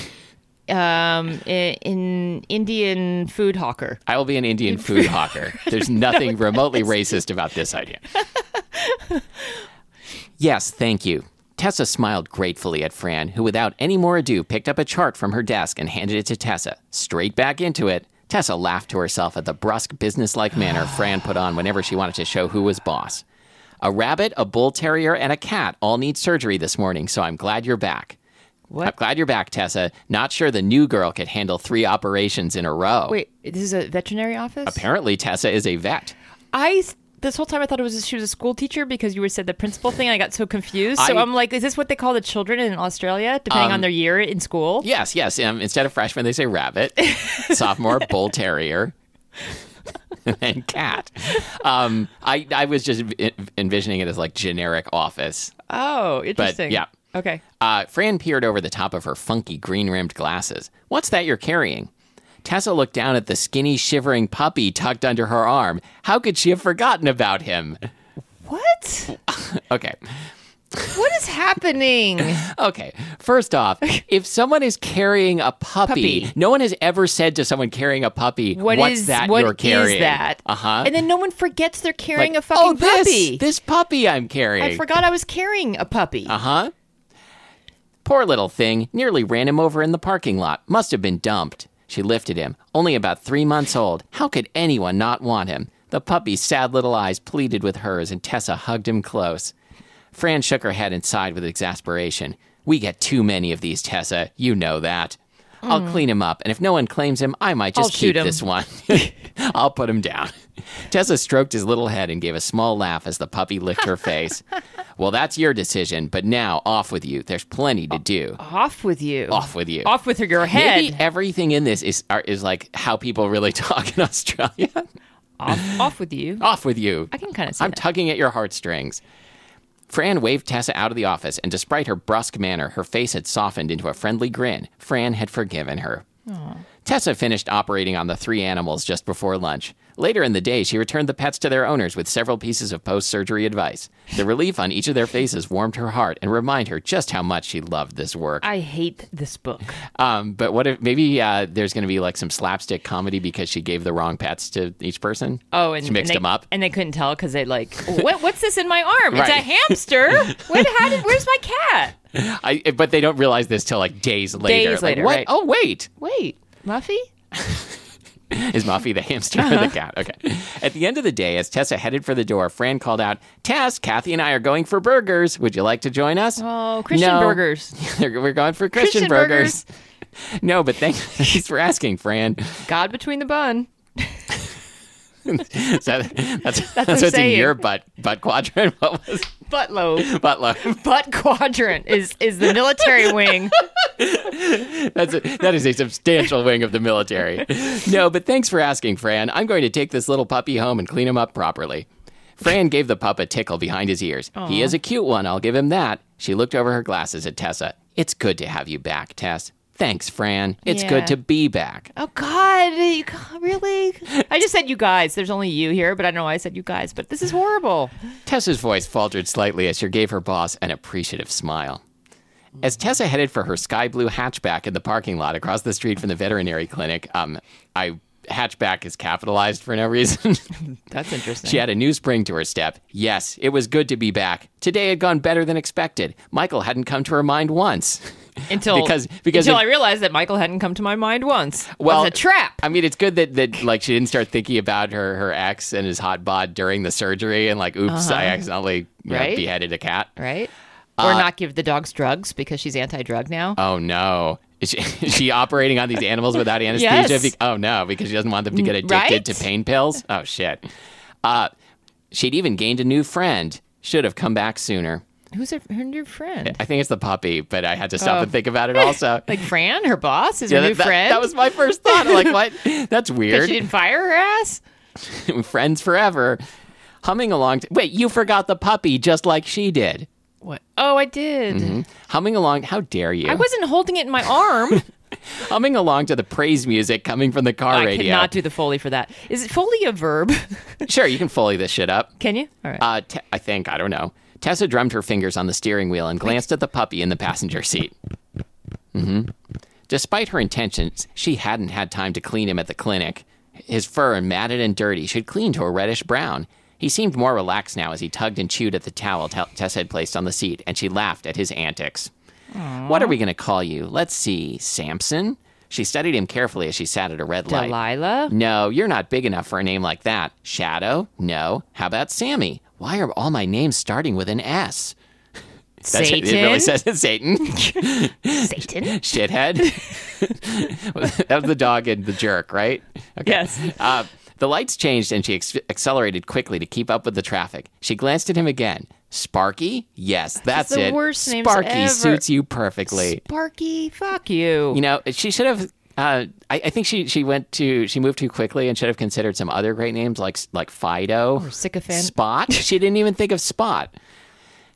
[SPEAKER 2] um, in, in Indian food hawker.
[SPEAKER 1] I will be an Indian food hawker. There's nothing remotely racist about this idea. yes, thank you. Tessa smiled gratefully at Fran, who without any more ado picked up a chart from her desk and handed it to Tessa. Straight back into it, Tessa laughed to herself at the brusque, businesslike manner Fran put on whenever she wanted to show who was boss. A rabbit, a bull terrier, and a cat all need surgery this morning, so I'm glad you're back.
[SPEAKER 2] What?
[SPEAKER 1] I'm glad you're back, Tessa. Not sure the new girl could handle three operations in a row.
[SPEAKER 2] Wait, this is a veterinary office.
[SPEAKER 1] Apparently, Tessa is a vet.
[SPEAKER 2] I s- this whole time I thought it was she was a school teacher because you were said the principal thing. and I got so confused. So
[SPEAKER 1] I- Um,
[SPEAKER 2] I, am like, is this what they call the children in Australia, depending on their year in school?
[SPEAKER 1] Yes, yes. Um, instead of freshman, they say rabbit. Sophomore, bull terrier. and cat. Um, I, I was just en- envisioning it as like generic office.
[SPEAKER 2] Oh, interesting.
[SPEAKER 1] yeah.
[SPEAKER 2] Okay.
[SPEAKER 1] Uh, Fran peered over the top of her funky green rimmed glasses. What's that you're carrying? Tessa looked down at the skinny, shivering puppy tucked under her arm. How could she have forgotten about him?
[SPEAKER 2] What?
[SPEAKER 1] Okay.
[SPEAKER 2] What is happening?
[SPEAKER 1] Okay. First off, if someone is carrying a puppy,
[SPEAKER 2] Puppy.
[SPEAKER 1] no one has ever said to someone carrying a puppy,
[SPEAKER 2] What
[SPEAKER 1] "What's
[SPEAKER 2] is-
[SPEAKER 1] that
[SPEAKER 2] what
[SPEAKER 1] you're
[SPEAKER 2] is
[SPEAKER 1] carrying?"
[SPEAKER 2] that?
[SPEAKER 1] Uh huh.
[SPEAKER 2] And then no one forgets they're carrying a fucking
[SPEAKER 1] oh, this,
[SPEAKER 2] puppy.
[SPEAKER 1] This puppy I'm
[SPEAKER 2] I
[SPEAKER 1] carrying.
[SPEAKER 2] forgot I was carrying a puppy.
[SPEAKER 1] Uh huh. Poor little thing. Nearly ran him over in the parking lot. Must have been dumped. She lifted him. Only about three months old. How could anyone not want him? The puppy's sad little eyes pleaded with hers, and Tessa hugged him close. Fran shook her head and sighed with exasperation. We get too many of these, Tessa. You know that. I'll clean him up, and if no one claims him, I might just
[SPEAKER 2] Mm. I'll
[SPEAKER 1] keep
[SPEAKER 2] shoot him.
[SPEAKER 1] this one. I'll put him down. Tessa stroked his little head and gave a small laugh as the puppy licked her face. well, that's your decision, but now off with you. There's plenty to do.
[SPEAKER 2] Off with you.
[SPEAKER 1] Off with you.
[SPEAKER 2] Off with your head.
[SPEAKER 1] Maybe e- everything in this is are, is like how people really talk in Australia.
[SPEAKER 2] Off, off with you.
[SPEAKER 1] off with you.
[SPEAKER 2] I can kind of see
[SPEAKER 1] Oh, I'm
[SPEAKER 2] that.
[SPEAKER 1] tugging at your heartstrings. Fran waved Tessa out of the office, and despite her brusque manner, her face had softened into a friendly grin. Fran had forgiven her. Tessa finished operating on the three animals just before lunch. Later in the day, she returned the pets to their owners with several pieces of post surgery advice. The relief on each of their faces warmed her heart and reminded her just how much she loved this work.
[SPEAKER 2] I hate this book.
[SPEAKER 1] Um, but what if maybe uh, there's going to be like some slapstick comedy because she gave the wrong pets to each person?
[SPEAKER 2] Oh, and
[SPEAKER 1] she mixed
[SPEAKER 2] and they,
[SPEAKER 1] them up.
[SPEAKER 2] and they couldn't tell because they like, what? What's this in my arm? It's a
[SPEAKER 1] Right.
[SPEAKER 2] hamster. What? How did, where's my cat?
[SPEAKER 1] I, but they don't realize this till like days later.
[SPEAKER 2] Days
[SPEAKER 1] Like,
[SPEAKER 2] later,
[SPEAKER 1] what?
[SPEAKER 2] right.
[SPEAKER 1] Oh, wait.
[SPEAKER 2] Wait, Muffy.
[SPEAKER 1] Is Muffy the hamster or
[SPEAKER 2] Uh-huh.
[SPEAKER 1] the cat? Okay. At the end of the day, as Tessa headed for the door, Fran called out, Tess, Kathy and I are going for burgers. Would you like to join us?
[SPEAKER 2] Oh, Christian
[SPEAKER 1] No.
[SPEAKER 2] burgers.
[SPEAKER 1] We're going for Christian,
[SPEAKER 2] Christian
[SPEAKER 1] burgers. No, but thank- thanks for asking, Fran.
[SPEAKER 2] God between the bun.
[SPEAKER 1] So that's that's,
[SPEAKER 2] I'm
[SPEAKER 1] what's in
[SPEAKER 2] saying.
[SPEAKER 1] your butt butt quadrant. What was
[SPEAKER 2] Butt lobe.
[SPEAKER 1] butt lobe?
[SPEAKER 2] Butt quadrant is is the military wing.
[SPEAKER 1] That's a, that is a substantial wing of the military. No, but thanks for asking, Fran. I'm going to take this little puppy home and clean him up properly. Fran gave the pup a tickle behind his ears. He is a cute one, I'll give him that. She looked over her glasses at Tessa. It's good to have you back, Tess. Thanks, Fran. It's
[SPEAKER 2] Yeah.
[SPEAKER 1] good to be back.
[SPEAKER 2] Oh God, you, God, really? I just said you guys. There's only you here, but I don't know why I said you guys. But this is horrible.
[SPEAKER 1] Tessa's voice faltered slightly as she gave her boss an appreciative smile. As Tessa headed for her sky blue hatchback in the parking lot across the street from the veterinary clinic, um, I hatchback is capitalized for no reason.
[SPEAKER 2] That's interesting.
[SPEAKER 1] She had a new spring to her step. Yes, it was good to be back. Today had gone better than expected. Michael hadn't come to her mind once.
[SPEAKER 2] until
[SPEAKER 1] because- because
[SPEAKER 2] until
[SPEAKER 1] if-
[SPEAKER 2] I realized that Michael hadn't come to my mind once.
[SPEAKER 1] Well-
[SPEAKER 2] Well, was a trap.
[SPEAKER 1] I mean, it's good that, that like she didn't start thinking about her, her ex and his hot bod during the surgery and like, oops, I accidentally you know,
[SPEAKER 2] Uh-huh. Right?
[SPEAKER 1] beheaded a cat.
[SPEAKER 2] right? Or
[SPEAKER 1] uh,
[SPEAKER 2] not give the dogs drugs because she's anti-drug now.
[SPEAKER 1] Oh no. Is she, is she operating on these animals without anesthesia?
[SPEAKER 2] Yes. Mm,
[SPEAKER 1] Be- oh no, because she doesn't want them to get addicted
[SPEAKER 2] right?
[SPEAKER 1] to pain pills. Oh shit. Uh, she'd even gained a new friend. Should have come back sooner.
[SPEAKER 2] Who's her, her new friend?
[SPEAKER 1] I think it's the puppy, but I had to stop
[SPEAKER 2] Oh.
[SPEAKER 1] and think about it also.
[SPEAKER 2] Like Fran, her boss, is
[SPEAKER 1] Yeah,
[SPEAKER 2] her new
[SPEAKER 1] that, that-
[SPEAKER 2] friend.
[SPEAKER 1] that was my first thought. I'm like, what? That's
[SPEAKER 2] because
[SPEAKER 1] weird.
[SPEAKER 2] she didn't fire her ass.
[SPEAKER 1] Friends forever. Humming along. To, wait, you forgot the puppy just like she did.
[SPEAKER 2] What? Oh, I did.
[SPEAKER 1] Mm-hmm. Humming along. How dare you?
[SPEAKER 2] I wasn't holding it in my arm.
[SPEAKER 1] Humming along to the praise music coming from the car
[SPEAKER 2] I could
[SPEAKER 1] radio.
[SPEAKER 2] not do the foley for that. Is it foley a verb?
[SPEAKER 1] Sure, you can foley this shit up.
[SPEAKER 2] Can you? All right.
[SPEAKER 1] Uh, te- I think. I don't know. Tessa drummed her fingers on the steering wheel and glanced at the puppy in the passenger seat. hmm Despite her intentions, she hadn't had time to clean him at the clinic. His fur, matted and dirty, should clean to a reddish brown. He seemed more relaxed now as he tugged and chewed at the towel Tel Tessa had placed on the seat, and she laughed at his antics. What are we going to call you? Let's see, Samson? She studied him carefully as she sat at a red light.
[SPEAKER 2] Delilah.
[SPEAKER 1] No, you're not big enough for a name like that. Shadow? No. How about Sammy? Why are all my names starting with an S? That's-
[SPEAKER 2] Satan.
[SPEAKER 1] It really says it, Satan.
[SPEAKER 2] Satan.
[SPEAKER 1] Shithead. that was the dog and the jerk, right? Okay.
[SPEAKER 2] Yes.
[SPEAKER 1] Uh, the lights changed and she ex- accelerated quickly to keep up with the traffic. She glanced at him again. Sparky? Yes, that's
[SPEAKER 2] the
[SPEAKER 1] it.
[SPEAKER 2] worst names
[SPEAKER 1] Sparky
[SPEAKER 2] ever.
[SPEAKER 1] suits you perfectly.
[SPEAKER 2] Sparky. Fuck you.
[SPEAKER 1] You know, she should have. Uh, I, I think she she went to she moved too quickly and should have considered some other great names like like Fido or
[SPEAKER 2] Sycophant.
[SPEAKER 1] Spot. She didn't even think of Spot.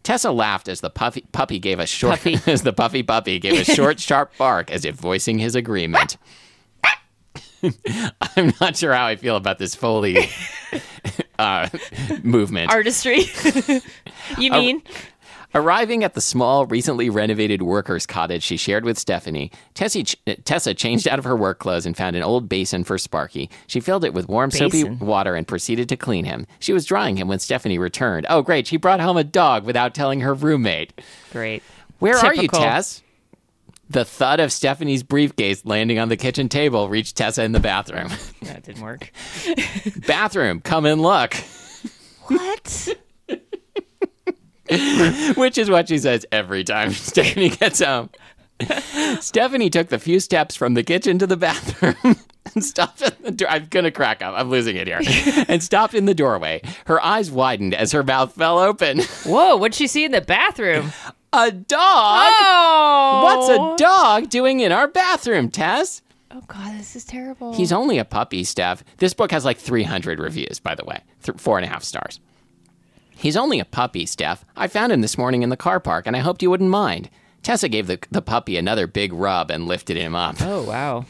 [SPEAKER 1] Tessa laughed as the puffy puppy gave a short
[SPEAKER 2] Puffy.
[SPEAKER 1] as the puffy puppy gave a short sharp bark as if voicing his agreement. I'm not sure how I feel about this Foley uh, movement.
[SPEAKER 2] Artistry. you mean?
[SPEAKER 1] Arriving at the small, recently renovated workers' cottage she shared with Stephanie, Tessie ch- Tessa changed out of her work clothes and found an old basin for Sparky. She filled it with warm,
[SPEAKER 2] Basin.
[SPEAKER 1] soapy water and proceeded to clean him. She was drying him when Stephanie returned. Oh, great. She brought home a dog without telling her roommate.
[SPEAKER 2] Great.
[SPEAKER 1] Where are you,
[SPEAKER 2] Typical.
[SPEAKER 1] Tess? The thud of Stephanie's briefcase landing on the kitchen table reached Tessa in the bathroom.
[SPEAKER 2] That didn't work.
[SPEAKER 1] bathroom, come and look.
[SPEAKER 2] What?
[SPEAKER 1] which is what she says every time Stephanie gets home. Stephanie took the few steps from the kitchen to the bathroom and stopped at the door. I'm going to crack up. I'm losing it here. and stopped in the doorway. Her eyes widened as her mouth fell open.
[SPEAKER 2] Whoa! What'd she see in the bathroom?
[SPEAKER 1] A dog?
[SPEAKER 2] Oh.
[SPEAKER 1] What's a dog doing in our bathroom, Tess?
[SPEAKER 2] Oh God, this is terrible.
[SPEAKER 1] He's only a puppy, Steph. This book has like 300 reviews, by the way, Th- four and a half stars. He's only a puppy, Steph. I found him this morning in the car park, and I hoped you wouldn't mind. Tessa gave the, the puppy another big rub and lifted him up.
[SPEAKER 2] Oh, wow.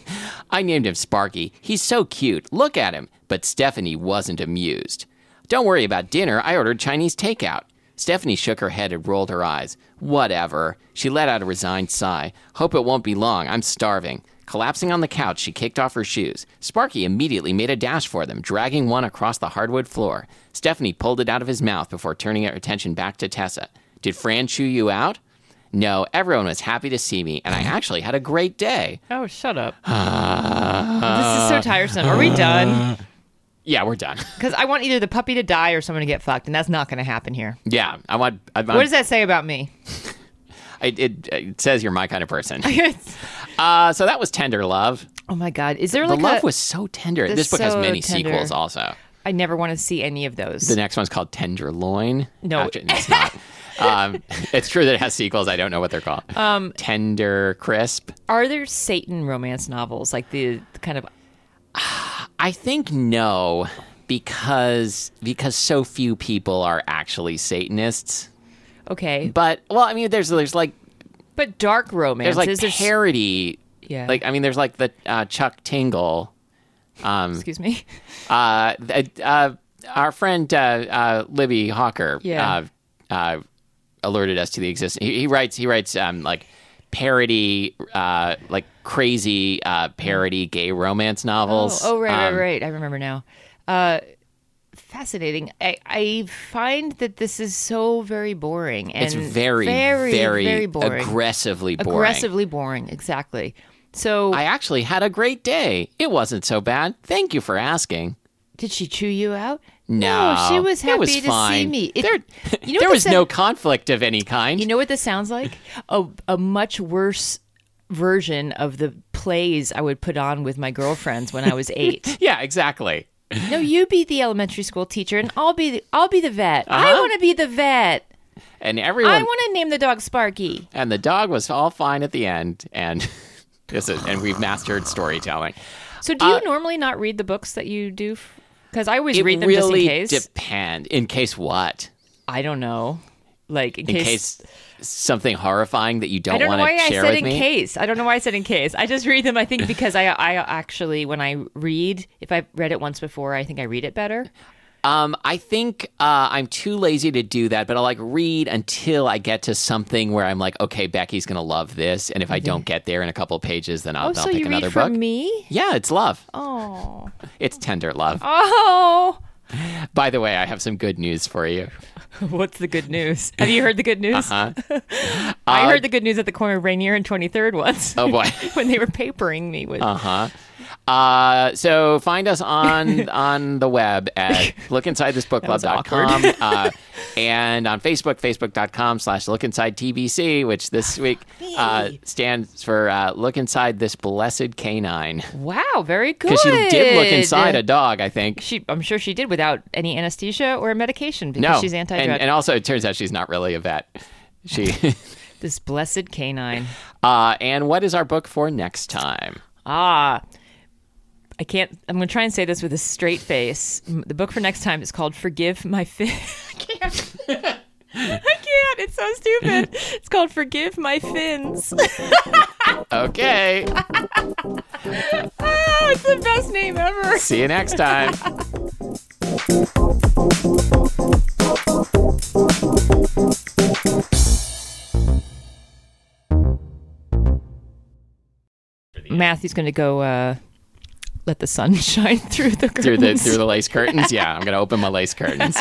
[SPEAKER 1] I named him Sparky. He's so cute. Look at him. But Stephanie wasn't amused. Don't worry about dinner. I ordered Chinese takeout. Stephanie shook her head and rolled her eyes. Whatever. She let out a resigned sigh. Hope it won't be long. I'm starving. Collapsing on the couch, she kicked off her shoes. Sparky immediately made a dash for them, dragging one across the hardwood floor. Stephanie pulled it out of his mouth before turning her attention back to Tessa. Did Fran chew you out? No, everyone was happy to see me, and I actually had a great day.
[SPEAKER 2] Oh, shut up. this is so tiresome. Are we done?
[SPEAKER 1] Yeah, we're done.
[SPEAKER 2] Because I want either the puppy to die or someone to get fucked, and that's not going to happen here.
[SPEAKER 1] Yeah, I want. I want
[SPEAKER 2] What does that say about me?
[SPEAKER 1] it, it, it says you're my kind of person. Uh, so that was tender love.
[SPEAKER 2] oh my god, is there
[SPEAKER 1] The
[SPEAKER 2] like
[SPEAKER 1] love
[SPEAKER 2] a,
[SPEAKER 1] was so tender.
[SPEAKER 2] That's
[SPEAKER 1] This book has
[SPEAKER 2] so
[SPEAKER 1] many
[SPEAKER 2] tender.
[SPEAKER 1] sequels also.
[SPEAKER 2] I never want to see any of those.
[SPEAKER 1] The next one's called Tenderloin.
[SPEAKER 2] No.
[SPEAKER 1] Actually, it's not. um, it's true that it has sequels. I don't know what they're called. Um, Tender Crisp.
[SPEAKER 2] Are there Satan romance novels like the, the kind of?
[SPEAKER 1] I think no, because because so few people are actually Satanists.
[SPEAKER 2] Okay, but,
[SPEAKER 1] But well, I mean, there's there's like
[SPEAKER 2] dark romance.
[SPEAKER 1] there's like
[SPEAKER 2] is there,
[SPEAKER 1] parody.
[SPEAKER 2] Yeah.
[SPEAKER 1] Like I mean, there's like the uh, Chuck Tingle.
[SPEAKER 2] excuse me.
[SPEAKER 1] uh, th- uh, our friend uh, uh, Libby Hawker
[SPEAKER 2] Yeah.
[SPEAKER 1] uh, uh, alerted us to the existence. He, he writes he writes um, like parody, uh, like crazy uh, parody gay romance
[SPEAKER 2] Oh,
[SPEAKER 1] novels.
[SPEAKER 2] oh, right,
[SPEAKER 1] Um,
[SPEAKER 2] right, right. I remember now. Uh, fascinating. I, I find that this is so very boring. And
[SPEAKER 1] It's very,
[SPEAKER 2] very, very, boring.
[SPEAKER 1] aggressively boring.
[SPEAKER 2] Aggressively boring. Exactly. So,
[SPEAKER 1] I actually had a great day. It wasn't so bad. Thank you for asking.
[SPEAKER 2] did she chew you out?
[SPEAKER 1] No,
[SPEAKER 2] she was happy
[SPEAKER 1] it was
[SPEAKER 2] to see
[SPEAKER 1] fine.
[SPEAKER 2] me. It-
[SPEAKER 1] there
[SPEAKER 2] you know
[SPEAKER 1] there
[SPEAKER 2] what
[SPEAKER 1] was
[SPEAKER 2] this
[SPEAKER 1] no
[SPEAKER 2] sound-
[SPEAKER 1] conflict of any kind.
[SPEAKER 2] You know what this sounds like? A a much worse version of the plays I would put on with my girlfriends when I was eight.
[SPEAKER 1] yeah, exactly.
[SPEAKER 2] no, you be the elementary school teacher, and I'll be the, I'll be the vet. I
[SPEAKER 1] Uh-huh.
[SPEAKER 2] want to be the vet.
[SPEAKER 1] And everyone
[SPEAKER 2] I want to name the dog Sparky.
[SPEAKER 1] and the dog was all fine at the end and this is, and we've mastered storytelling
[SPEAKER 2] So, do you normally not read the books that you do? Because I always
[SPEAKER 1] Uh, it
[SPEAKER 2] read them
[SPEAKER 1] really
[SPEAKER 2] just in case.
[SPEAKER 1] depend in case what
[SPEAKER 2] I don't know, like in,
[SPEAKER 1] in case something horrifying that you
[SPEAKER 2] I
[SPEAKER 1] don't
[SPEAKER 2] don't know
[SPEAKER 1] want
[SPEAKER 2] why
[SPEAKER 1] to
[SPEAKER 2] I
[SPEAKER 1] share
[SPEAKER 2] said
[SPEAKER 1] with
[SPEAKER 2] in
[SPEAKER 1] me
[SPEAKER 2] case. I don't know why I said in case. I just read them. I think because I I actually when I read, if I've read it once before, I think I read it better.
[SPEAKER 1] um, i think uh, i'm too lazy to do that but i'll like read until i get to something where i'm like okay becky's gonna love this and if i don't get there in a couple pages then i'll,
[SPEAKER 2] Mm-hmm. Oh,
[SPEAKER 1] I'll
[SPEAKER 2] so
[SPEAKER 1] pick
[SPEAKER 2] you
[SPEAKER 1] another
[SPEAKER 2] read for
[SPEAKER 1] book
[SPEAKER 2] me?
[SPEAKER 1] yeah it's love
[SPEAKER 2] Oh,
[SPEAKER 1] it's tender love
[SPEAKER 2] oh.
[SPEAKER 1] by the way i have some good news for you
[SPEAKER 2] What's the good news? Have you heard the good news?
[SPEAKER 1] huh?
[SPEAKER 2] I heard the good news at the corner of Rainier and 23rd once.
[SPEAKER 1] Uh, oh boy
[SPEAKER 2] when they were papering me with
[SPEAKER 1] Uh-huh. Uh So find us on on the web at lookinsidethisbookclub.com uh, and on Facebook, facebook.com slash lookinsidetbc, which this
[SPEAKER 2] Ah,
[SPEAKER 1] week uh, stands for uh, Look Inside This Blessed Canine.
[SPEAKER 2] Wow, very good.
[SPEAKER 1] Because she did look inside a dog, I think.
[SPEAKER 2] She, I'm sure she did without any anesthesia or medication because
[SPEAKER 1] No.
[SPEAKER 2] she's anti-drug.
[SPEAKER 1] and, and also, it turns out she's not really a vet. She.
[SPEAKER 2] this blessed canine.
[SPEAKER 1] uh, and what is our book for next time?
[SPEAKER 2] Ah. I can't. I'm going to try and say this with a straight face. M- The book for next time is called "Forgive My Fins." I can't. I can't. It's so stupid. It's called "Forgive My Fins."
[SPEAKER 1] Okay.
[SPEAKER 2] oh, it's the best name ever.
[SPEAKER 1] See you next time.
[SPEAKER 2] Matthew's going to go uh, let the sun shine through the
[SPEAKER 1] through the
[SPEAKER 2] curtains.
[SPEAKER 1] through the lace curtains. Yeah, I'm gonna open my lace curtains.